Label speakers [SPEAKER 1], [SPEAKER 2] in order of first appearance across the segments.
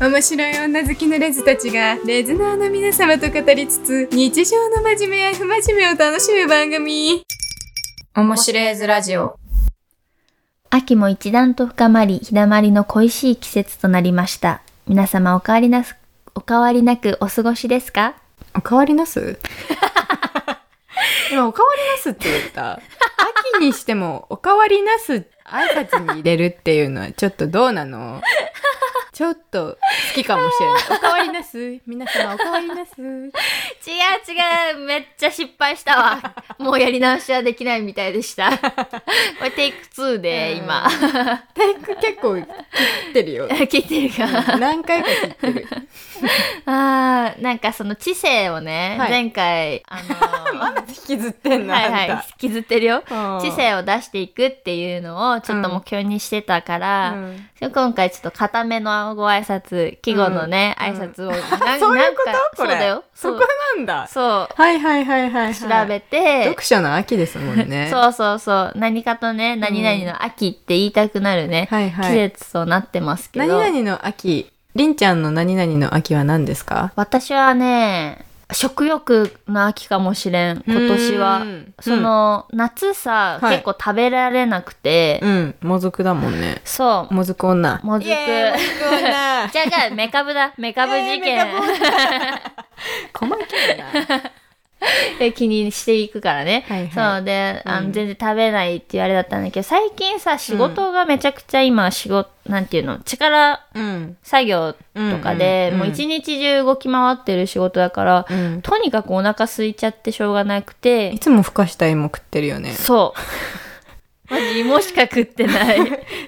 [SPEAKER 1] 面白い女好きのレズたちがレズナーの皆様と語りつつ日常の真面目や不真面目を楽しむ番組面白いズラジオ
[SPEAKER 2] 秋も一段と深まり、日だまりの恋しい季節となりました。皆様お変わりなす、お変わりなくお過ごしですか
[SPEAKER 1] おかわりなす 今おかわりなすって言った秋にしてもおかわりなす挨拶に入れるっていうのはちょっとどうなのちょっと好きかもしれないおかわりなす皆様おかわり なす
[SPEAKER 2] 違う違う、めっちゃ失敗した わ。もうやり直しはできないみたいで した。これテイク2で今、
[SPEAKER 1] テイク結構切ってるよ
[SPEAKER 2] 聞いてる か。
[SPEAKER 1] 何回か切ってる
[SPEAKER 2] あー、なんかその知性をね、
[SPEAKER 1] はい
[SPEAKER 2] 前回、あ の
[SPEAKER 1] まだ引きずってん
[SPEAKER 2] ー、
[SPEAKER 1] の
[SPEAKER 2] はいはい、
[SPEAKER 1] あ
[SPEAKER 2] 引
[SPEAKER 1] ん
[SPEAKER 2] きずってるよ。
[SPEAKER 1] た
[SPEAKER 2] 知性を出していくっていうのをちょっと目標にしてたから、
[SPEAKER 1] うん
[SPEAKER 2] 今回ちょっと固めのご挨拶季語のね、
[SPEAKER 1] うん
[SPEAKER 2] 挨拶を、な
[SPEAKER 1] そういうこと
[SPEAKER 2] なんか
[SPEAKER 1] これ
[SPEAKER 2] そうだよ
[SPEAKER 1] そ
[SPEAKER 2] そ
[SPEAKER 1] こ
[SPEAKER 2] う
[SPEAKER 1] なんだ
[SPEAKER 2] そう
[SPEAKER 1] はいはいはいはい、はい、
[SPEAKER 2] 調べて
[SPEAKER 1] 読、書の秋ですもんね
[SPEAKER 2] そうそうそう何かとね何々の秋って言いたくなるね、
[SPEAKER 1] はいはい
[SPEAKER 2] 季節となってますけど
[SPEAKER 1] 何々の秋りんちゃんの何々の秋は何ですか
[SPEAKER 2] 私はね食欲の秋かもしれん今年
[SPEAKER 1] う
[SPEAKER 2] は
[SPEAKER 1] ん
[SPEAKER 2] その、夏さ、
[SPEAKER 1] はい
[SPEAKER 2] 結構食べられなくて、
[SPEAKER 1] うん、うんもずくだもんね
[SPEAKER 2] そう
[SPEAKER 1] もずく女
[SPEAKER 2] もずく
[SPEAKER 1] イエーイもずく 女
[SPEAKER 2] じゃあ、メカブだ。メカブ事
[SPEAKER 1] イエーイメ
[SPEAKER 2] 件。
[SPEAKER 1] 細けえな
[SPEAKER 2] で気にしていくからね。
[SPEAKER 1] はいはい
[SPEAKER 2] そうで、あの
[SPEAKER 1] うん
[SPEAKER 2] 全然食べないっていうあれだったんだけど、最近さ、仕事がめちゃくちゃ今、仕事、なんていうの、力
[SPEAKER 1] うん
[SPEAKER 2] 作業とかで、
[SPEAKER 1] うんうん
[SPEAKER 2] もう一日中動き回ってる仕事だから、
[SPEAKER 1] うん
[SPEAKER 2] とにかくお腹空いちゃってしょうがなくて
[SPEAKER 1] い、つもふかした芋食ってるよね
[SPEAKER 2] そう。マジ芋しか食ってない。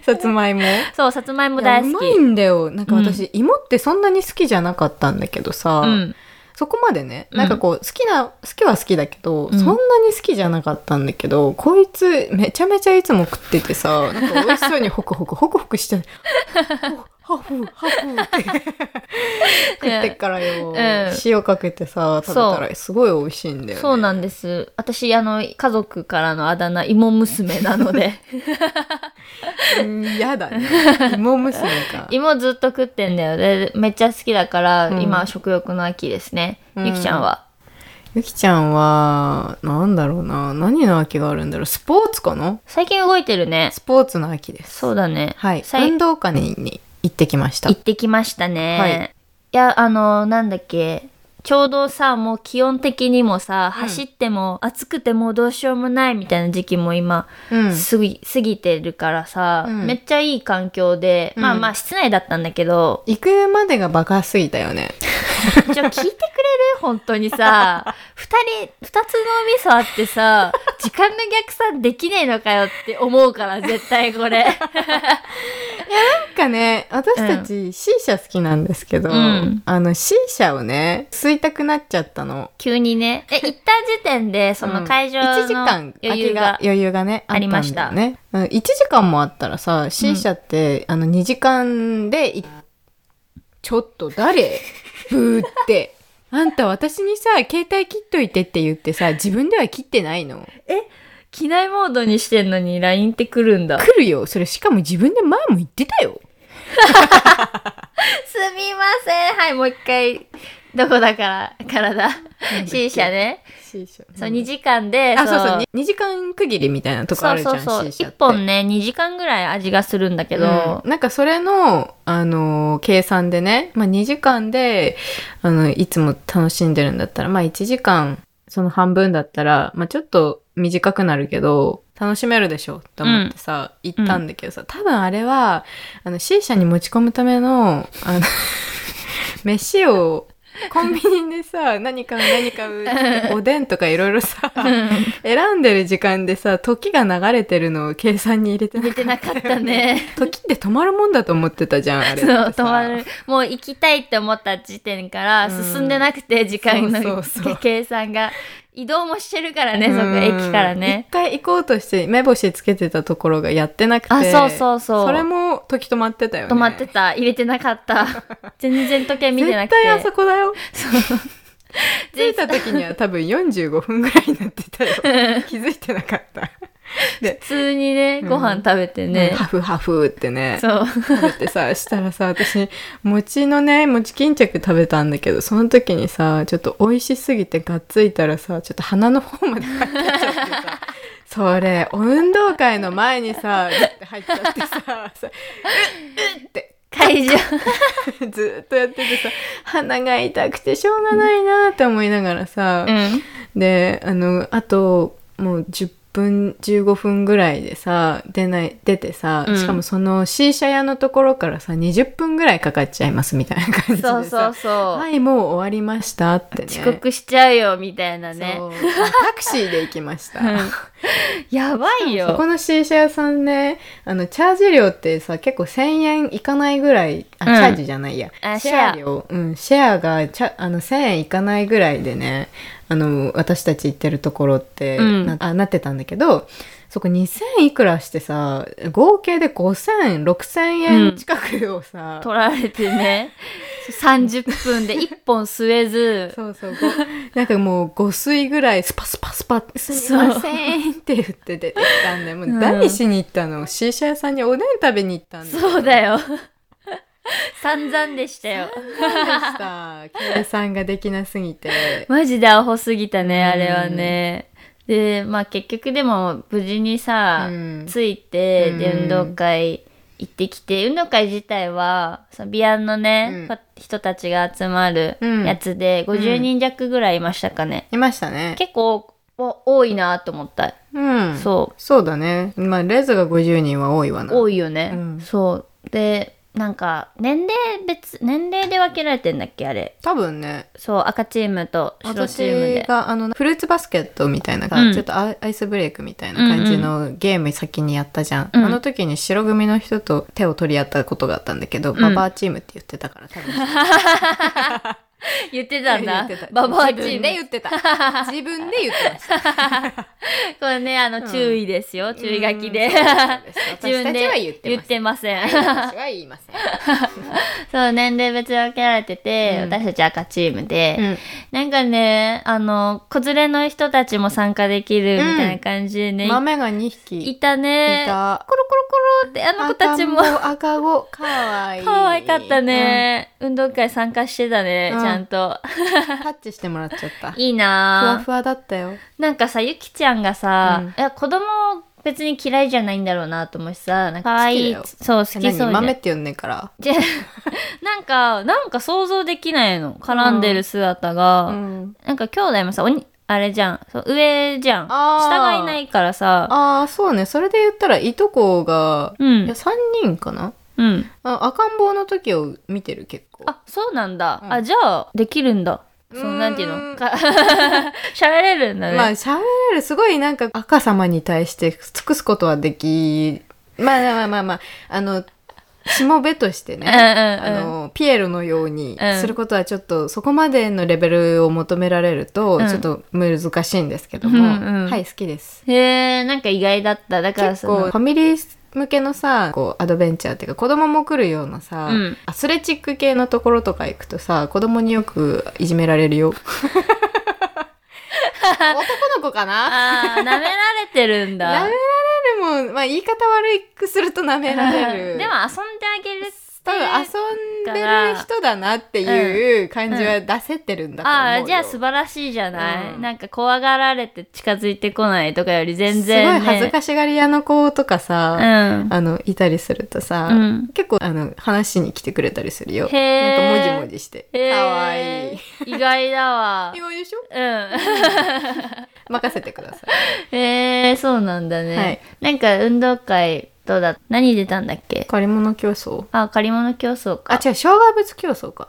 [SPEAKER 1] さつまいも
[SPEAKER 2] そう、さつまいも
[SPEAKER 1] いや
[SPEAKER 2] 大
[SPEAKER 1] う
[SPEAKER 2] 好
[SPEAKER 1] ま
[SPEAKER 2] き。
[SPEAKER 1] いんだよなんか私、芋ってそんなに好きじゃなかったんだけどさ、
[SPEAKER 2] うん。
[SPEAKER 1] そこまでね
[SPEAKER 2] うん
[SPEAKER 1] なんかこう好きな、好きは好きだけど、
[SPEAKER 2] うん
[SPEAKER 1] そんなに好きじゃなかったんだけどこいつめちゃめちゃいつも食っててさなんか美味しそうにホクホクホクホク してハフハフって食ってっからよ、
[SPEAKER 2] うん
[SPEAKER 1] 塩かけてさ食べたらすごい美味しいんだよ、ね、
[SPEAKER 2] そうなんんです。私、あの、家族からのあだ名、芋娘なので。
[SPEAKER 1] やだね芋娘 か
[SPEAKER 2] 芋ずっと食ってんだよでめっちゃ好きだから、
[SPEAKER 1] うん
[SPEAKER 2] 今は食欲の秋ですね、
[SPEAKER 1] うん
[SPEAKER 2] ゆきちゃんは
[SPEAKER 1] ゆきちゃんはなんだろうな何の秋があるんだろうスポーツかな
[SPEAKER 2] 最近動いてるね
[SPEAKER 1] スポーツの秋です
[SPEAKER 2] そうだね
[SPEAKER 1] はい
[SPEAKER 2] 最
[SPEAKER 1] 運動会に行ってきました
[SPEAKER 2] 行ってきましたね、
[SPEAKER 1] はい
[SPEAKER 2] い、やあのなんだっけちょうどさもう気温的にもさ、走っても暑くてもうどうしようもないみたいな時期も今、
[SPEAKER 1] うん
[SPEAKER 2] 過ぎ過ぎてるからさ、
[SPEAKER 1] うん
[SPEAKER 2] めっちゃいい環境で、まあ
[SPEAKER 1] うん
[SPEAKER 2] まあ室内だったんだけど
[SPEAKER 1] 行くまでがバカすぎたよね。
[SPEAKER 2] ちょ、聞いてくれる本当にさ。二人、二つのミソあってさ、時間の逆算できねえのかよって思うから、絶対これ。
[SPEAKER 1] なんかね、私たち C 社好きなんですけど、
[SPEAKER 2] うん
[SPEAKER 1] あの C 社をね、吸いたくなっちゃったの。
[SPEAKER 2] 急にね。え、行った時点で、その会場の
[SPEAKER 1] 1時間
[SPEAKER 2] 余裕が。
[SPEAKER 1] 余裕がね、
[SPEAKER 2] ありまし
[SPEAKER 1] あ
[SPEAKER 2] た
[SPEAKER 1] ったんだよね。うん1時間もあったらさ、C 社って、あの2時間でい、ちょっと誰ブーって。 あんた私にさ、携帯切っといてって言ってさ、自分では切ってないの。
[SPEAKER 2] 機内モードにしてんのに LINE って来るんだ。す
[SPEAKER 1] 来るよ。それしかも自分で前も言ってたよ。
[SPEAKER 2] みません。はい、もう一回。どこだから、体。C 社ね。
[SPEAKER 1] C 社。
[SPEAKER 2] そう、2時間で、
[SPEAKER 1] あ、そうそう、に2時間区切りみたいなとこあ
[SPEAKER 2] そう
[SPEAKER 1] るじゃん、
[SPEAKER 2] そうそう。
[SPEAKER 1] C 社
[SPEAKER 2] 一
[SPEAKER 1] って。
[SPEAKER 2] 本ね、2時間ぐらい味がするんだけど、
[SPEAKER 1] うんなんかそれの、あのー計算でね、まあ、2時間であのいつも楽しんでるんだったら、まあ、1時間その半分だったら、まあ、ちょっと短くなるけど楽しめるでしょって思ってさ、行ったんだけどさ多分あれはあの C 社に持ち込むためのあの 飯をコンビニでさ何買う何買うっておでんとかいろいろ さ選んでる時間でさ時が流れてるのを計算に入れてな
[SPEAKER 2] 出
[SPEAKER 1] か
[SPEAKER 2] て
[SPEAKER 1] った
[SPEAKER 2] なかったね。
[SPEAKER 1] 時って止まるもんだと思ってたじゃんあれ
[SPEAKER 2] そう
[SPEAKER 1] ってさ
[SPEAKER 2] 止まるもう行きたいって思った時点から
[SPEAKER 1] うん
[SPEAKER 2] 進んでなくて時間の
[SPEAKER 1] そうそうそう
[SPEAKER 2] 計算が移動もしてるからねそこ
[SPEAKER 1] うん
[SPEAKER 2] 駅からね
[SPEAKER 1] 一回行こうとして目星つけてたところがやってなくて
[SPEAKER 2] あそうそうそう
[SPEAKER 1] それも時止まってたよね
[SPEAKER 2] 止まってた入れてなかった 全然時計見てなくて
[SPEAKER 1] 絶対あそこだ よ着い
[SPEAKER 2] 絶
[SPEAKER 1] た時には多分45分ぐらいになってたよ気づいてなかったで
[SPEAKER 2] 普通にね、
[SPEAKER 1] うん
[SPEAKER 2] ご飯食べてね
[SPEAKER 1] ハ。フハフってね、
[SPEAKER 2] そう。
[SPEAKER 1] 食べてさ、したらさ、私、餅のね、餅巾着食べたんだけど、その時にさ、ちょっと美味しすぎてがっついたらさ、ちょっと鼻の方まで入っちゃってさ、それ、運動会の前にさ、グッて入っちゃってさ、さうっ、うっって、
[SPEAKER 2] 会場。
[SPEAKER 1] ずーっとやっててさ、鼻が痛くてしょうがないなって思いながらさ、
[SPEAKER 2] うん。
[SPEAKER 1] であのあともう10分15分ぐらいでさ出ない出てさ、
[SPEAKER 2] うん
[SPEAKER 1] しかもその C 社屋のところからさ20分ぐらいかかっちゃいますみたいな 感じでさ
[SPEAKER 2] そうそうそう。
[SPEAKER 1] はいもう終わりましたってね
[SPEAKER 2] 遅刻しちゃうよ、みたいなね
[SPEAKER 1] そ。うタクシーで行きました、
[SPEAKER 2] うんやばい
[SPEAKER 1] そ
[SPEAKER 2] よ。
[SPEAKER 1] この C 社屋さんねあのチャージ料ってさ結構1,000円いかないぐらいあチ
[SPEAKER 2] うん
[SPEAKER 1] ャージじゃないや、
[SPEAKER 2] あ
[SPEAKER 1] シェア料うんシェアがチャあの1,000円いかないぐらいでねあの私たち行ってるところって、
[SPEAKER 2] うん
[SPEAKER 1] なあなってたんだけどそこ2,000いくらしてさ合計で5,0006,000
[SPEAKER 2] う
[SPEAKER 1] 円
[SPEAKER 2] ん
[SPEAKER 1] 近くをさ、
[SPEAKER 2] 取られて ね。30分で1本吸えず。
[SPEAKER 1] そうそうご なんかもう5水ぐらいスパスパスパ「すみません」って言って出てきたんでもう
[SPEAKER 2] うん
[SPEAKER 1] 何しに行ったの、シーシャ屋さんにおでん食べに行ったんだ
[SPEAKER 2] そうだよ。散々でしたよ。
[SPEAKER 1] そうでした計算ができなすぎて
[SPEAKER 2] マジでアホすぎたね、
[SPEAKER 1] うん
[SPEAKER 2] あれはね。で、まあ結局でも無事にさ、
[SPEAKER 1] うん
[SPEAKER 2] 着いて、
[SPEAKER 1] うん
[SPEAKER 2] で、運動会行ってきて、運動会自体は、そのビアンのね、
[SPEAKER 1] うん
[SPEAKER 2] 人たちが集まる
[SPEAKER 1] うん
[SPEAKER 2] やつで、50人弱ぐらいいましたかね。
[SPEAKER 1] いましたね
[SPEAKER 2] 結構お多いなと思った。
[SPEAKER 1] うんそう
[SPEAKER 2] そ
[SPEAKER 1] だねまあレズが50人は多いわ
[SPEAKER 2] う。
[SPEAKER 1] な
[SPEAKER 2] 多いよね。
[SPEAKER 1] うん
[SPEAKER 2] そう。で、なんか、年齢別、年齢で分けられてんだっけあれ。
[SPEAKER 1] 多分ね
[SPEAKER 2] そう、赤チームと白チ
[SPEAKER 1] 私
[SPEAKER 2] ームで。
[SPEAKER 1] があのフルーツバスケットみたいな、
[SPEAKER 2] うん
[SPEAKER 1] ちょっとアイアイスブレイクみたいな感じのゲーム先にやったじゃん、
[SPEAKER 2] うん
[SPEAKER 1] あの時に白組の人と手を取り合ったことがあったんだけど、
[SPEAKER 2] ん
[SPEAKER 1] ババアチームって言ってたから多分
[SPEAKER 2] 言ってたんだ
[SPEAKER 1] 言って。た
[SPEAKER 2] ババアチ
[SPEAKER 1] 自
[SPEAKER 2] ーム
[SPEAKER 1] 分で。言 ってた自分で言ってました
[SPEAKER 2] これね、あの、注意ですよ。注意書きで
[SPEAKER 1] うん。そう
[SPEAKER 2] 自
[SPEAKER 1] です私
[SPEAKER 2] 分
[SPEAKER 1] た
[SPEAKER 2] で
[SPEAKER 1] ちは言ってません
[SPEAKER 2] ません。
[SPEAKER 1] 私は言いません
[SPEAKER 2] そう、年齢別に分けられてて、
[SPEAKER 1] うん
[SPEAKER 2] 私たち赤チームで、なんかね、あの、子連れの人たちも参加できるみたいな感じでね、
[SPEAKER 1] 豆が2匹
[SPEAKER 2] いいたね。
[SPEAKER 1] いた
[SPEAKER 2] コロコロコロって、あの子たちも。
[SPEAKER 1] 赤 子かわいい
[SPEAKER 2] 可愛かった、ね、運動会参加してたね、
[SPEAKER 1] うん
[SPEAKER 2] ちゃんと。
[SPEAKER 1] うんタッチしてもらっちゃったふ
[SPEAKER 2] いい
[SPEAKER 1] わ
[SPEAKER 2] なぁ
[SPEAKER 1] ふわだったよ
[SPEAKER 2] なんかさ、ゆきちゃんがさ、
[SPEAKER 1] うん
[SPEAKER 2] いや子供別に嫌いじゃないんだろうなと思うしさ、なんか可愛い
[SPEAKER 1] 好きだよ
[SPEAKER 2] そう、好きそうじゃ
[SPEAKER 1] 何
[SPEAKER 2] ん
[SPEAKER 1] 豆って呼んでんから
[SPEAKER 2] じゃ なんかなんか想像できないの絡んでる姿が、
[SPEAKER 1] うん
[SPEAKER 2] なんか兄弟もさおにあれじゃんそう上じゃん
[SPEAKER 1] あー
[SPEAKER 2] 下がいないからさ
[SPEAKER 1] ああそうねそれで言ったらいとこが、
[SPEAKER 2] う
[SPEAKER 1] いや
[SPEAKER 2] ん
[SPEAKER 1] 3人かな
[SPEAKER 2] うん
[SPEAKER 1] あ赤ん坊の時を見てる結構
[SPEAKER 2] あそうなんだ、
[SPEAKER 1] うん
[SPEAKER 2] あじゃあできるんだそう
[SPEAKER 1] ーん
[SPEAKER 2] のなんていうの か喋れるんだね、
[SPEAKER 1] まあ喋れるすごいなんか赤様に対して尽くすことはできまあまあまあまああのしもべとしてね
[SPEAKER 2] うんうん
[SPEAKER 1] あ
[SPEAKER 2] うん
[SPEAKER 1] のピエロのように
[SPEAKER 2] うん
[SPEAKER 1] することはちょっとそこまでのレベルを求められると
[SPEAKER 2] うん
[SPEAKER 1] ちょっと難しいんですけども、
[SPEAKER 2] うんうん
[SPEAKER 1] はい好きです。
[SPEAKER 2] へえなんか意外だっただから
[SPEAKER 1] 結
[SPEAKER 2] そ
[SPEAKER 1] 構
[SPEAKER 2] の
[SPEAKER 1] ファミリー向けのさこうアドベンチャーっていうか子供も来るようなさ、
[SPEAKER 2] うん
[SPEAKER 1] アスレチック系のところとか行くとさ子供によくいじめられ るよ。男の子かな
[SPEAKER 2] あー舐められてるんだ
[SPEAKER 1] 舐められるもん、まあ、言い方悪くすると舐められる。
[SPEAKER 2] でも遊んであげるって
[SPEAKER 1] 多分
[SPEAKER 2] いう
[SPEAKER 1] 遊んでる人だなっていう感じは出せてるんだと思うよ、
[SPEAKER 2] ああじゃあ素晴らしいじゃない、
[SPEAKER 1] うん
[SPEAKER 2] なんか怖がられて近づいてこないとかより全
[SPEAKER 1] す
[SPEAKER 2] 然、
[SPEAKER 1] ご
[SPEAKER 2] ね、
[SPEAKER 1] い恥ず
[SPEAKER 2] し
[SPEAKER 1] かしがり屋の子とかさ、
[SPEAKER 2] い
[SPEAKER 1] あのいたりするとさ、
[SPEAKER 2] うん、うん、
[SPEAKER 1] 結構あの話しに来てくれたりするよ。
[SPEAKER 2] へー
[SPEAKER 1] なんかもじもじして。か
[SPEAKER 2] へー
[SPEAKER 1] わいい。
[SPEAKER 2] 意外だわ
[SPEAKER 1] 意外でしょ
[SPEAKER 2] うん
[SPEAKER 1] 任せてください。
[SPEAKER 2] へえそうなんだね、
[SPEAKER 1] はい
[SPEAKER 2] なんか運動会どうだ何出たんだっけ
[SPEAKER 1] 借り物競争
[SPEAKER 2] あ借り物競争
[SPEAKER 1] あ、
[SPEAKER 2] か
[SPEAKER 1] 違う、障害物競争か。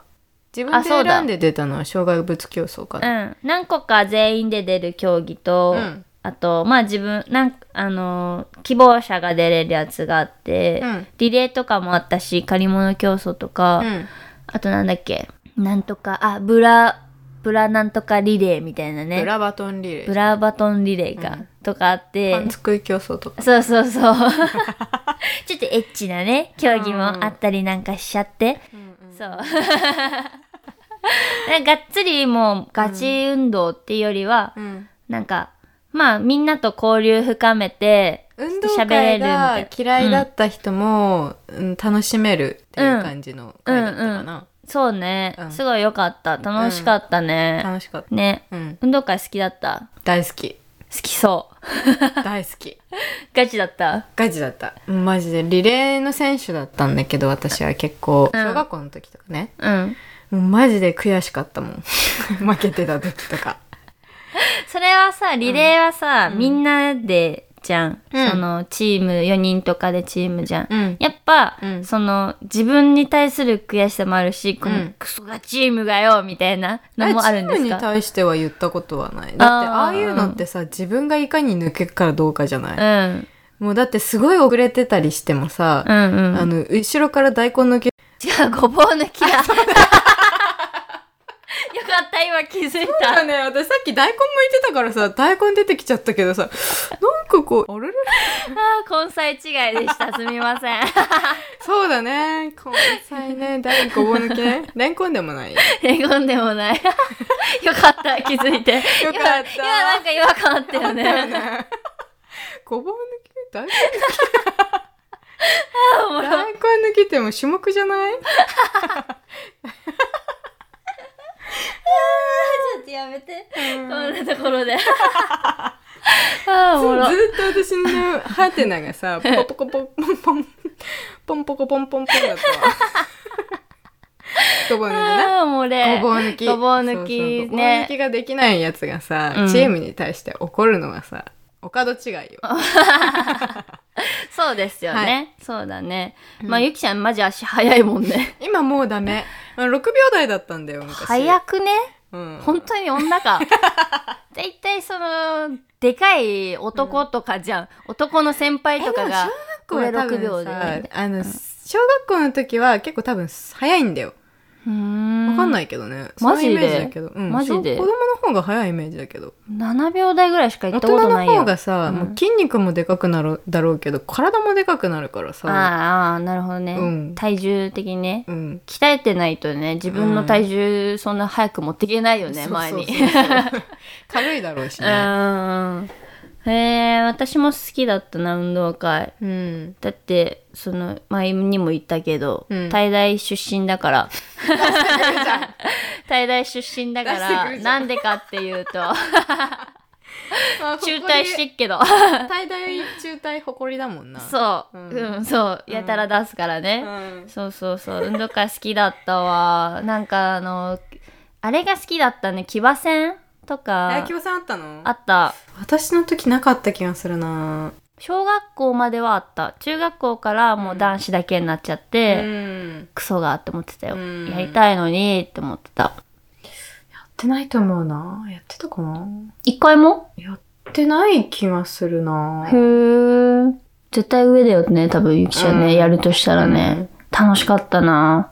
[SPEAKER 1] 自分
[SPEAKER 2] あ
[SPEAKER 1] で
[SPEAKER 2] そうだ
[SPEAKER 1] 選んで出たのは障害物競争か
[SPEAKER 2] う
[SPEAKER 1] な。
[SPEAKER 2] ん何個か全員で出る競技と、
[SPEAKER 1] うん
[SPEAKER 2] あとまあ自分なんかあのー希望者が出れるやつがあって、
[SPEAKER 1] うん
[SPEAKER 2] リレーとかもあったし借り物競争とか、
[SPEAKER 1] うん。
[SPEAKER 2] あとなんだっけなんとか、あ、ブラ、ブラなんとかリレーみたいなね。
[SPEAKER 1] ブラバトンリレ
[SPEAKER 2] ブ
[SPEAKER 1] ー。
[SPEAKER 2] ラバトンリレーか、
[SPEAKER 1] うん
[SPEAKER 2] とかあって
[SPEAKER 1] パ。ンツくい競争とか。
[SPEAKER 2] そうそ うそう。ちょっとエッチなね、競技もあったりなんかしちゃって。そう。 なんかがっつりもうガチ運動っていうよりは、
[SPEAKER 1] うん。
[SPEAKER 2] なんか、まあみんなと交流深めて、
[SPEAKER 1] 運動会
[SPEAKER 2] ちょ
[SPEAKER 1] が
[SPEAKER 2] っと喋れるみ
[SPEAKER 1] 嫌いだった人も、うん楽しめるっていう感じの回だったかな、
[SPEAKER 2] そうね、
[SPEAKER 1] うん
[SPEAKER 2] すごい良かった楽しかったね、
[SPEAKER 1] 楽しかった、
[SPEAKER 2] ね
[SPEAKER 1] うん、
[SPEAKER 2] 運動会好きだった
[SPEAKER 1] 大好き
[SPEAKER 2] 好きそう
[SPEAKER 1] 大好き
[SPEAKER 2] ガチだった
[SPEAKER 1] ガチだったマジでリレーの選手だったんだけど私は結構
[SPEAKER 2] うん
[SPEAKER 1] 小学校の時とかね、
[SPEAKER 2] うん
[SPEAKER 1] もうマジで悔しかった もん負けてた時とか
[SPEAKER 2] それはさリレーはさ、みんなでじゃん、
[SPEAKER 1] うん
[SPEAKER 2] そのチーム4人とかでチームじゃん、
[SPEAKER 1] うん
[SPEAKER 2] やっぱ、
[SPEAKER 1] うん
[SPEAKER 2] その自分に対する悔しさもあるし、こ
[SPEAKER 1] うん
[SPEAKER 2] のクソがチームがよみたいなのもあるんで
[SPEAKER 1] チーム
[SPEAKER 2] す
[SPEAKER 1] に
[SPEAKER 2] か
[SPEAKER 1] 対しては言ったことはないだってああいうのってさ自分がいかに抜けるかどうかじゃない、
[SPEAKER 2] うん
[SPEAKER 1] もうだってすごい遅れてたりしてもさ、
[SPEAKER 2] うんうん
[SPEAKER 1] あの後ろから大根抜け
[SPEAKER 2] 違うごぼう抜きだ よかった今気づいた
[SPEAKER 1] だね私さっき大根剥いてたからさ大根出てきちゃったけどさなんかこうあれれ
[SPEAKER 2] あー根菜違いでしたすみません
[SPEAKER 1] そうだね根菜ね大根ごぼう抜きねレンコンでもないよ
[SPEAKER 2] へこんでもないよかった気づいて
[SPEAKER 1] かった
[SPEAKER 2] 今今なんか違和感あったよね
[SPEAKER 1] ごぼう抜き大根
[SPEAKER 2] おもろい
[SPEAKER 1] 大根抜きってもう種目じゃない
[SPEAKER 2] ちょっとやめて。
[SPEAKER 1] う
[SPEAKER 2] こ
[SPEAKER 1] ん
[SPEAKER 2] んなとこ ろで。ああ、おもろ。
[SPEAKER 1] そうずっと私のねハテナがさポコポコポンポンポンポンポコポンポンポンだったわごぼう抜きな
[SPEAKER 2] ああ、おもれ。
[SPEAKER 1] ごぼう抜き。
[SPEAKER 2] ごぼう抜き
[SPEAKER 1] そうそうごぼう
[SPEAKER 2] ね
[SPEAKER 1] 抜きができないやつがさ、
[SPEAKER 2] うん
[SPEAKER 1] チームに対して怒るのはさ、お門違いよ。
[SPEAKER 2] そうですよね。
[SPEAKER 1] は
[SPEAKER 2] そうだね。まあ、ゆきちゃん、マジ足早いもん ね。
[SPEAKER 1] 今もうダメ。まあ6秒台だったんだよ、昔。
[SPEAKER 2] 早くね
[SPEAKER 1] うん。
[SPEAKER 2] 本当に 女か。大体、その、でかい男とかじゃん。男の先輩とかが。
[SPEAKER 1] 小学校は多
[SPEAKER 2] 俺6秒
[SPEAKER 1] 分
[SPEAKER 2] で
[SPEAKER 1] さ、あの、小学校の時は結構多分早いんだよ。
[SPEAKER 2] うーん。。
[SPEAKER 1] わかんないいけどね。
[SPEAKER 2] マ
[SPEAKER 1] そうい
[SPEAKER 2] ジで
[SPEAKER 1] うイメージだけど。うん、
[SPEAKER 2] マジで
[SPEAKER 1] そう子供の方が早いイメージだけど。
[SPEAKER 2] 7秒台ぐらいしか行
[SPEAKER 1] 大
[SPEAKER 2] ったこと
[SPEAKER 1] 人
[SPEAKER 2] な
[SPEAKER 1] の
[SPEAKER 2] いよ。
[SPEAKER 1] 方がさ、
[SPEAKER 2] うん
[SPEAKER 1] もう筋肉もでかくなるだろうけど、体もでかくなるからさ。
[SPEAKER 2] ああああ、なるほどね。
[SPEAKER 1] うん
[SPEAKER 2] 体重的にね。
[SPEAKER 1] うん。
[SPEAKER 2] 鍛えてないとね自分の体重そんな早く持っていけないよね、
[SPEAKER 1] そうそうそう
[SPEAKER 2] 前に。
[SPEAKER 1] 軽いだろうし
[SPEAKER 2] う
[SPEAKER 1] ね。
[SPEAKER 2] ーんへえ私も好きだったな運動会
[SPEAKER 1] うん。
[SPEAKER 2] だってその前にも言ったけど、
[SPEAKER 1] うん
[SPEAKER 2] 大大出身だから
[SPEAKER 1] じゃん
[SPEAKER 2] 大大出身だか
[SPEAKER 1] 出してく
[SPEAKER 2] ら
[SPEAKER 1] るじゃ
[SPEAKER 2] なんんでかってい うと
[SPEAKER 1] まあ誇
[SPEAKER 2] 中
[SPEAKER 1] り
[SPEAKER 2] 退してっけど
[SPEAKER 1] 大大中退誇りだもんな
[SPEAKER 2] そう、
[SPEAKER 1] う
[SPEAKER 2] うんんそうやたら出すからね、
[SPEAKER 1] うん
[SPEAKER 2] そうそうそう運動会好きだったわなんかあのあれが好きだったね騎馬戦と
[SPEAKER 1] え
[SPEAKER 2] か
[SPEAKER 1] きさんあったの
[SPEAKER 2] あった
[SPEAKER 1] 私の時なかった気がするな
[SPEAKER 2] 小学校まではあった中学校からもう男子だけになっちゃって、
[SPEAKER 1] ん
[SPEAKER 2] クソがって思ってたよ、
[SPEAKER 1] うん
[SPEAKER 2] やりたいのにって思ってた
[SPEAKER 1] やってないと思うなやってたかな
[SPEAKER 2] 一回も
[SPEAKER 1] やってない気がするな
[SPEAKER 2] へえ絶対上だよね多分ゆきちゃん
[SPEAKER 1] う
[SPEAKER 2] ね、
[SPEAKER 1] ん
[SPEAKER 2] やるとしたらね、楽しかったな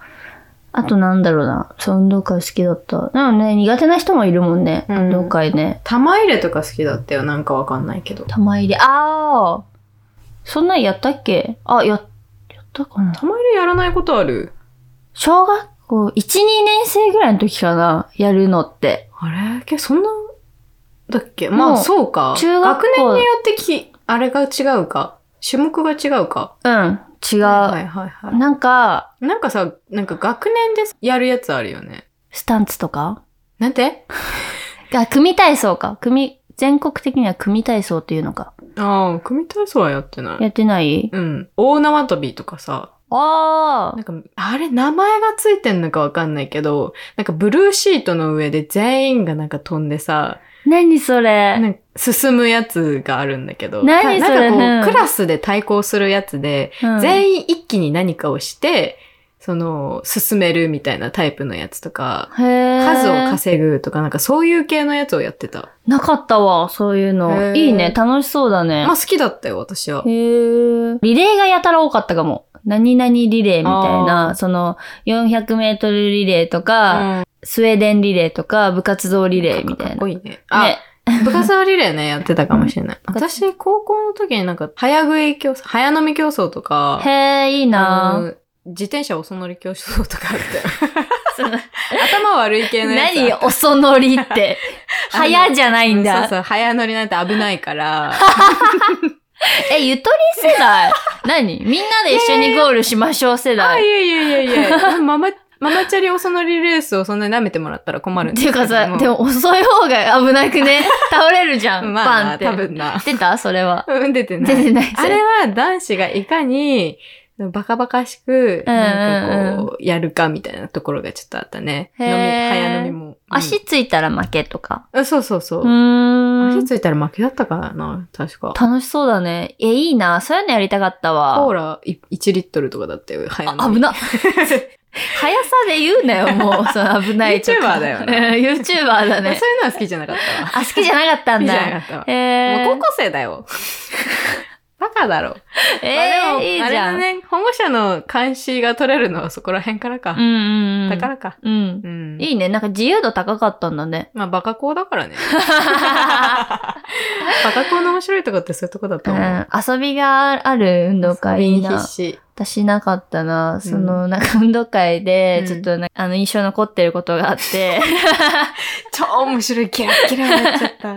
[SPEAKER 2] あとなんだろうなそう運動会好きだったなのね苦手な人もいるもんね、
[SPEAKER 1] うん
[SPEAKER 2] 運動会ね
[SPEAKER 1] 玉入れとか好きだったよなんかわかんないけど
[SPEAKER 2] 玉入れああそんなんやったっけあややったかな
[SPEAKER 1] 玉入れやらないことある
[SPEAKER 2] 小学校1、2年生ぐらいの時かな、やるのって。
[SPEAKER 1] あれけそんなだっけま
[SPEAKER 2] も
[SPEAKER 1] あ
[SPEAKER 2] う
[SPEAKER 1] そうか
[SPEAKER 2] 中学校
[SPEAKER 1] 学年によってきあれが違うか種目が違うか
[SPEAKER 2] うん、違う。
[SPEAKER 1] はいはいは
[SPEAKER 2] なんか、
[SPEAKER 1] いなんかさなんか学年でやるやつあるよね
[SPEAKER 2] スタンツとか
[SPEAKER 1] なんて
[SPEAKER 2] あ、組体操か。組、全国的には組体操っていうのか。
[SPEAKER 1] ああ、組体操はやってない。
[SPEAKER 2] やってない
[SPEAKER 1] うん。大縄跳びとかさ、な
[SPEAKER 2] ああ
[SPEAKER 1] んか、あれ名前がついてんのかわかんないけど、なんかブルーシートの上で全員がなんか飛んでさ、
[SPEAKER 2] 何それ
[SPEAKER 1] なんか進むやつがあるんだけど、
[SPEAKER 2] 何
[SPEAKER 1] た
[SPEAKER 2] それ
[SPEAKER 1] なんかこ
[SPEAKER 2] う
[SPEAKER 1] う、
[SPEAKER 2] ん
[SPEAKER 1] クラスで対抗するやつで、
[SPEAKER 2] 員、
[SPEAKER 1] 全員一気に何かをして、その、進めるみたいなタイプのやつとか、
[SPEAKER 2] へえ。
[SPEAKER 1] 数を稼ぐとか、なんかそういう系のやつをやってた。
[SPEAKER 2] なかったわ、そういう
[SPEAKER 1] へ
[SPEAKER 2] の。
[SPEAKER 1] ー
[SPEAKER 2] いいね、楽しそうだね
[SPEAKER 1] まあ。好きだったよ、私は
[SPEAKER 2] へ。え。リレーがやたら多かったかも。何々リレーみたい
[SPEAKER 1] あー
[SPEAKER 2] な、その、400メートルリレーとか、
[SPEAKER 1] うん
[SPEAKER 2] スウェーデンリレーとか部活動リレーみ
[SPEAKER 1] か
[SPEAKER 2] たい
[SPEAKER 1] っ
[SPEAKER 2] な。
[SPEAKER 1] こいいね。あ、
[SPEAKER 2] ね
[SPEAKER 1] 部活動リレーね、やってたかもしれ ない。
[SPEAKER 2] 活
[SPEAKER 1] 私、高校の時になんか、早食い競争、早飲み競争とか、
[SPEAKER 2] へえ、いい
[SPEAKER 1] あ
[SPEAKER 2] な
[SPEAKER 1] の自転車おそ乗り競争とかあって、
[SPEAKER 2] その
[SPEAKER 1] 頭悪い系のやつ。
[SPEAKER 2] 何おそ乗りって。
[SPEAKER 1] あの
[SPEAKER 2] 早じゃないん
[SPEAKER 1] そう
[SPEAKER 2] だ。
[SPEAKER 1] そう、早乗りなんて危ないから、
[SPEAKER 2] え、ゆとり 世代何みんなで一緒にゴールしましょう世
[SPEAKER 1] あ、い
[SPEAKER 2] 代。
[SPEAKER 1] やいやいやいや、ママ、ママチャリおそなりレースをそんなに舐めてもらったら困るん
[SPEAKER 2] っ
[SPEAKER 1] で
[SPEAKER 2] て
[SPEAKER 1] す
[SPEAKER 2] いう
[SPEAKER 1] けど
[SPEAKER 2] かさ、
[SPEAKER 1] も
[SPEAKER 2] でも遅い方が危な くね。倒れるじゃん。
[SPEAKER 1] まあ
[SPEAKER 2] バン
[SPEAKER 1] な、
[SPEAKER 2] って。
[SPEAKER 1] 多分な。
[SPEAKER 2] 出たそれは。
[SPEAKER 1] うん、出てな
[SPEAKER 2] 出
[SPEAKER 1] い。
[SPEAKER 2] てない。
[SPEAKER 1] あれは男子がいかに、バカバカしく、なんかこう、やるかみたいなところがちょっとあったね。
[SPEAKER 2] へ
[SPEAKER 1] 飲み、
[SPEAKER 2] ー
[SPEAKER 1] 早飲みも。うん
[SPEAKER 2] 足ついたら負けとか。
[SPEAKER 1] あそうそうそう
[SPEAKER 2] う。ー
[SPEAKER 1] 足
[SPEAKER 2] ん。
[SPEAKER 1] ついたら負けだったからな、確か。
[SPEAKER 2] 楽しそうだね。え、いいな。そういうのやりたかった
[SPEAKER 1] コー
[SPEAKER 2] わ。
[SPEAKER 1] ラい1リットルとかだったよ、早飲
[SPEAKER 2] あ、
[SPEAKER 1] み。
[SPEAKER 2] 危な。 速さで言うなよ、もう。その危ないとか。
[SPEAKER 1] YouTuber だよな
[SPEAKER 2] うん YouTuber だ
[SPEAKER 1] そう いう
[SPEAKER 2] ね。
[SPEAKER 1] のは好きじゃなかったわ。
[SPEAKER 2] あ、好きじゃ なかった
[SPEAKER 1] 好
[SPEAKER 2] ん
[SPEAKER 1] きじ
[SPEAKER 2] だ。
[SPEAKER 1] ゃなかったわ。
[SPEAKER 2] えー
[SPEAKER 1] もう高校生だよ。 バカだろ。まあ
[SPEAKER 2] え
[SPEAKER 1] でも
[SPEAKER 2] ー、いい
[SPEAKER 1] あれ
[SPEAKER 2] じゃ
[SPEAKER 1] だ
[SPEAKER 2] ん。
[SPEAKER 1] ね、保護者の監視が取れるのはそこら辺からか。
[SPEAKER 2] うんうんうん。
[SPEAKER 1] だからか。
[SPEAKER 2] うん。
[SPEAKER 1] うん。
[SPEAKER 2] いいね。なんか自由度高かったんだね。
[SPEAKER 1] まあ、バカ校だからね。 バカ校の面白いとこってそういうとこだ
[SPEAKER 2] う
[SPEAKER 1] と思う。
[SPEAKER 2] ん、遊びがある運動会いい
[SPEAKER 1] 遊びに
[SPEAKER 2] な
[SPEAKER 1] 必。死。
[SPEAKER 2] 私なかったな。その、なんか運動会で
[SPEAKER 1] う、ん
[SPEAKER 2] ちょっとな、あの、印象残ってることがあって、
[SPEAKER 1] 超面白い、キラッキラになっちゃ った。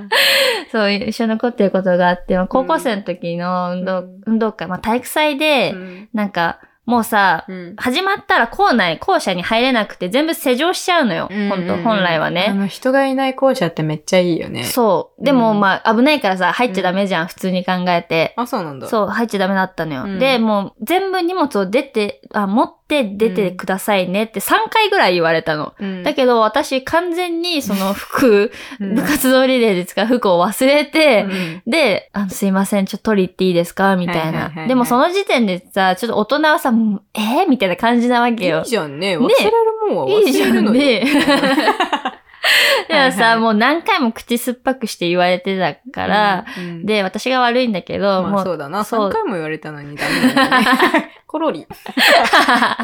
[SPEAKER 2] そう、印象残ってることがあって、まあ高校生の時の運動、
[SPEAKER 1] うん
[SPEAKER 2] 運動会、まあ体育祭で、
[SPEAKER 1] うん
[SPEAKER 2] なんか、もうさ、
[SPEAKER 1] うん
[SPEAKER 2] 始まったら校内、校舎に入れなくて全部施錠しちゃうのよ。本当本来は
[SPEAKER 1] あ
[SPEAKER 2] ね。
[SPEAKER 1] の、人がいない校舎ってめっちゃいいよね。
[SPEAKER 2] そう。でも、
[SPEAKER 1] うん
[SPEAKER 2] まあ、危ないからさ、入っちゃダメじゃん、普通に考えて。
[SPEAKER 1] あ、そうなんだ。う。
[SPEAKER 2] そう、入っちゃダメだったのよ。
[SPEAKER 1] うん
[SPEAKER 2] で、もう全部荷物を出て、あ、持って出てくださいねって3回ぐらい言われたの。だけど私完全にその服、
[SPEAKER 1] うん
[SPEAKER 2] 部活動リレーで使う服を忘れて、
[SPEAKER 1] うん
[SPEAKER 2] で、あの、すいません、ちょっと取り行っていいですかみたい
[SPEAKER 1] はいはいはいは
[SPEAKER 2] な。
[SPEAKER 1] い
[SPEAKER 2] でもその時点でさ、ちょっと大人はさ、もうえー、みたいな感じなわけ
[SPEAKER 1] い
[SPEAKER 2] よ
[SPEAKER 1] い。じゃんね。
[SPEAKER 2] ね
[SPEAKER 1] 忘れるもんは忘
[SPEAKER 2] いいじ
[SPEAKER 1] れ
[SPEAKER 2] ゃ
[SPEAKER 1] る
[SPEAKER 2] ん
[SPEAKER 1] のよ。
[SPEAKER 2] ね。でも
[SPEAKER 1] はいは
[SPEAKER 2] さ、
[SPEAKER 1] い
[SPEAKER 2] もう何回も口酸っぱくして言われてたから、
[SPEAKER 1] うん、
[SPEAKER 2] で、私が悪いんだけど、
[SPEAKER 1] ま
[SPEAKER 2] も
[SPEAKER 1] あ
[SPEAKER 2] う
[SPEAKER 1] そうだな。
[SPEAKER 2] そう
[SPEAKER 1] 3回も言われたのにダメなんだね。 コロリ。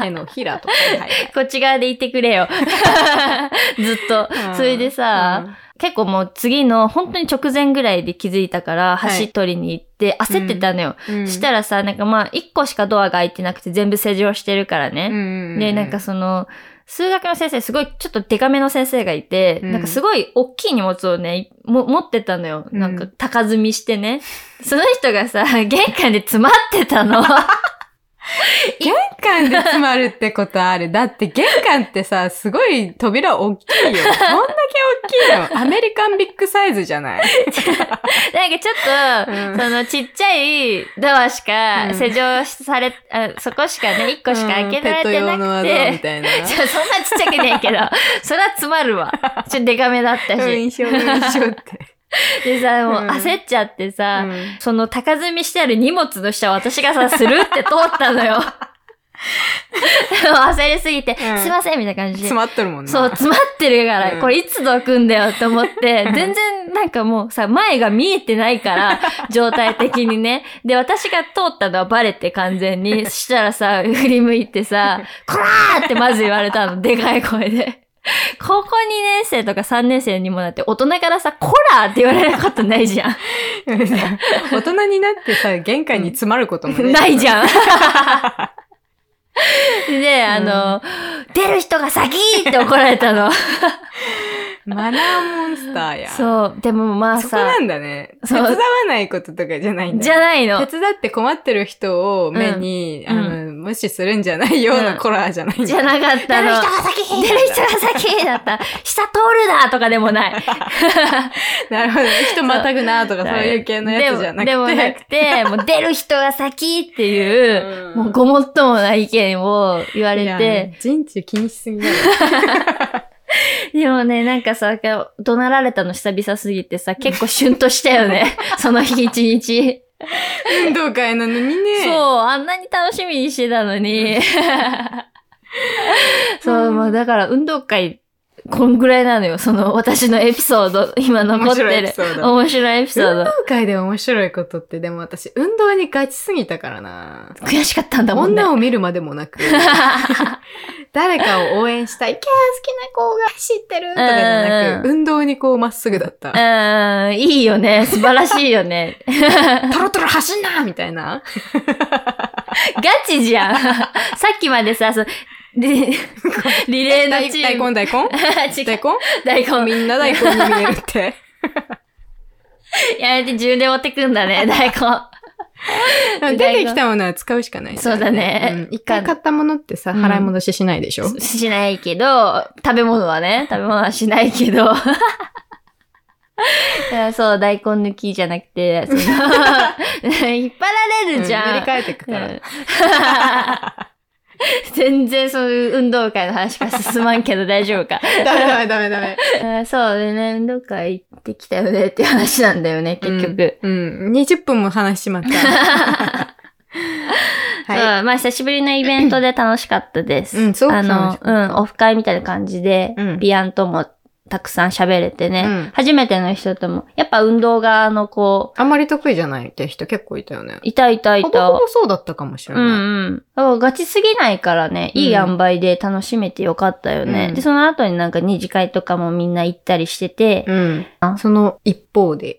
[SPEAKER 1] 手のひらとか。はいはい
[SPEAKER 2] こっち側でいてくれよ。 ずっと。それでさ、結構もう次の本当に直前ぐらいで気づいたから、
[SPEAKER 1] はい
[SPEAKER 2] 走取りに行って焦ってたのよ。した
[SPEAKER 1] ら
[SPEAKER 2] らさ、なんかまあ1個しかドアが開いてなくて全部施錠してるからね。で、
[SPEAKER 1] ね
[SPEAKER 2] なんかその、数学の先生、すごいちょっとデカめの先生がいて、
[SPEAKER 1] うん
[SPEAKER 2] なんかすごい大きい荷物をね、も持ってたのよ。
[SPEAKER 1] うん
[SPEAKER 2] なんか高積みしてね。その人がさ、玄関で詰まって たの。
[SPEAKER 1] 玄関で詰まるってことある。だって玄関ってさ、すごい扉大き いよ。こんだけ大きいの。アメリカンビッグサイズじゃない。
[SPEAKER 2] なんかちょっと、
[SPEAKER 1] うん
[SPEAKER 2] そのちっちゃいドアしか
[SPEAKER 1] うん
[SPEAKER 2] 施錠され、あそこしかね、一個しか開けら
[SPEAKER 1] うんペッ
[SPEAKER 2] れてな
[SPEAKER 1] ト用の
[SPEAKER 2] く
[SPEAKER 1] 技み
[SPEAKER 2] て。
[SPEAKER 1] たいな。
[SPEAKER 2] ちょ そんなちっちゃくねえけど、それは詰まるわ。ちょっとデカめだった
[SPEAKER 1] うん
[SPEAKER 2] し。
[SPEAKER 1] 印象の印 象って。
[SPEAKER 2] でさ、もううん焦っちゃってさ、
[SPEAKER 1] うん
[SPEAKER 2] その高積みしてある荷物の下を私がさ、スルって通ったのよ。 でも焦りすぎて、
[SPEAKER 1] ん
[SPEAKER 2] すいませんみたいな感じで
[SPEAKER 1] 詰。まってるもんね。
[SPEAKER 2] そう、詰まってるから、
[SPEAKER 1] うん
[SPEAKER 2] これいつどくんだよって思って、
[SPEAKER 1] うん
[SPEAKER 2] 全然なんかもうさ、前が見えてないから、状態的にね。で、私が通ったのはバレて完全 に。そしたらさ、振り向いてさ、こらーってまず言われたの、でかい 声で。高校2年生とか3年生にもなって、大人からさ、こらーって言われることないじゃん。
[SPEAKER 1] 大人になってさ、玄関に詰まることもね
[SPEAKER 2] ないじ ゃん。で、あの、出る人が先って怒られたの。
[SPEAKER 1] マナーモンスターや。
[SPEAKER 2] そう、でもまあ
[SPEAKER 1] そこ
[SPEAKER 2] さ
[SPEAKER 1] な、んだね。手
[SPEAKER 2] そう
[SPEAKER 1] 伝わないこととかじゃないんだ。
[SPEAKER 2] じゃないの。
[SPEAKER 1] 手伝って困ってる人を目に、
[SPEAKER 2] うん
[SPEAKER 1] あの、無視するんじゃないよう
[SPEAKER 2] うん
[SPEAKER 1] なコラーじゃないんだ。
[SPEAKER 2] じゃなかったの。
[SPEAKER 1] 先
[SPEAKER 2] 出る人が先だった。下通るなとかでもない。
[SPEAKER 1] なるほどね。人またぐな とかそういう系のやつじゃなくて。
[SPEAKER 2] でもでもなくて、もう出る人が先っていう、
[SPEAKER 1] うん
[SPEAKER 2] もうごもっともな意見を言わ
[SPEAKER 1] い
[SPEAKER 2] れ
[SPEAKER 1] や
[SPEAKER 2] て、。
[SPEAKER 1] 人中気にしすぎだよ。
[SPEAKER 2] でもね、なんかさ、怒鳴られたの久々すぎてさ、結構シュンとした よね。その日一日。
[SPEAKER 1] 運動会なのにね。
[SPEAKER 2] そう、あんなに楽しみにしてたのに。そう、もうだから運動会、こんぐらいなのよ。その私のエピソード、今残
[SPEAKER 1] 面
[SPEAKER 2] って
[SPEAKER 1] 白いエ
[SPEAKER 2] る
[SPEAKER 1] ピ。ソード。
[SPEAKER 2] 面白いエピソー
[SPEAKER 1] 運
[SPEAKER 2] ド。
[SPEAKER 1] 動会で面白いことって、でも私、運動に勝ちすぎたからな。
[SPEAKER 2] 悔しかったんだもんね。
[SPEAKER 1] 女を見るまでも なく、誰かを応援したい、キャー好きな子が走ってるとかじゃな
[SPEAKER 2] う
[SPEAKER 1] く、運動にこうまっすぐだった。
[SPEAKER 2] うん、いいよね。素晴らしいよね。
[SPEAKER 1] トロトロ走んなみたいな。
[SPEAKER 2] ガチじゃん。さっきまでさ、そ リリレー
[SPEAKER 1] 大
[SPEAKER 2] のチー
[SPEAKER 1] 大
[SPEAKER 2] ム。
[SPEAKER 1] 根大根
[SPEAKER 2] 違
[SPEAKER 1] 大
[SPEAKER 2] う
[SPEAKER 1] 根
[SPEAKER 2] 大根。
[SPEAKER 1] みんな大根に見えるって。
[SPEAKER 2] やめて自分で持ってくんだね、大根。
[SPEAKER 1] 出てきたものは使うしかない、
[SPEAKER 2] そうだね
[SPEAKER 1] うん一回買ったものってさ、
[SPEAKER 2] うん
[SPEAKER 1] 払い戻ししないでしょ、
[SPEAKER 2] しないけど、食べ物はね、食べ物はしないけど。 いやそう、大根抜きじゃなくて、その 引っ張られるじゃん。
[SPEAKER 1] うん塗り替えてくから。
[SPEAKER 2] うん 全然そういう運動会の話が進まんけど大丈夫か。
[SPEAKER 1] ダメダメダメダメ。
[SPEAKER 2] あそうでね、運動会行ってきたよねっていう話なんだよね、 結局。
[SPEAKER 1] うん。20分も話しちまった。は
[SPEAKER 2] そう、まあ久しぶりのイベントで楽しかったです。
[SPEAKER 1] うんすごく
[SPEAKER 2] あ
[SPEAKER 1] 楽
[SPEAKER 2] の
[SPEAKER 1] し、
[SPEAKER 2] うん、オフ会みたいな感じで、
[SPEAKER 1] うん
[SPEAKER 2] ビアンともたくさん喋れてね、
[SPEAKER 1] うん
[SPEAKER 2] 初めての人とも、やっぱ運動側の子、
[SPEAKER 1] あんまり得意じゃないって人結構いたよね。
[SPEAKER 2] いたいたい
[SPEAKER 1] ほぼ
[SPEAKER 2] た。
[SPEAKER 1] ほぼそうだったかもしれ
[SPEAKER 2] う
[SPEAKER 1] ない。
[SPEAKER 2] んうん。だからガチすぎないからね、
[SPEAKER 1] うん
[SPEAKER 2] いい塩梅で楽しめてよかったよね。
[SPEAKER 1] うん
[SPEAKER 2] で、その後になんか二次会とかもみんな行ったりしてて、
[SPEAKER 1] うん
[SPEAKER 2] あ
[SPEAKER 1] その一方で、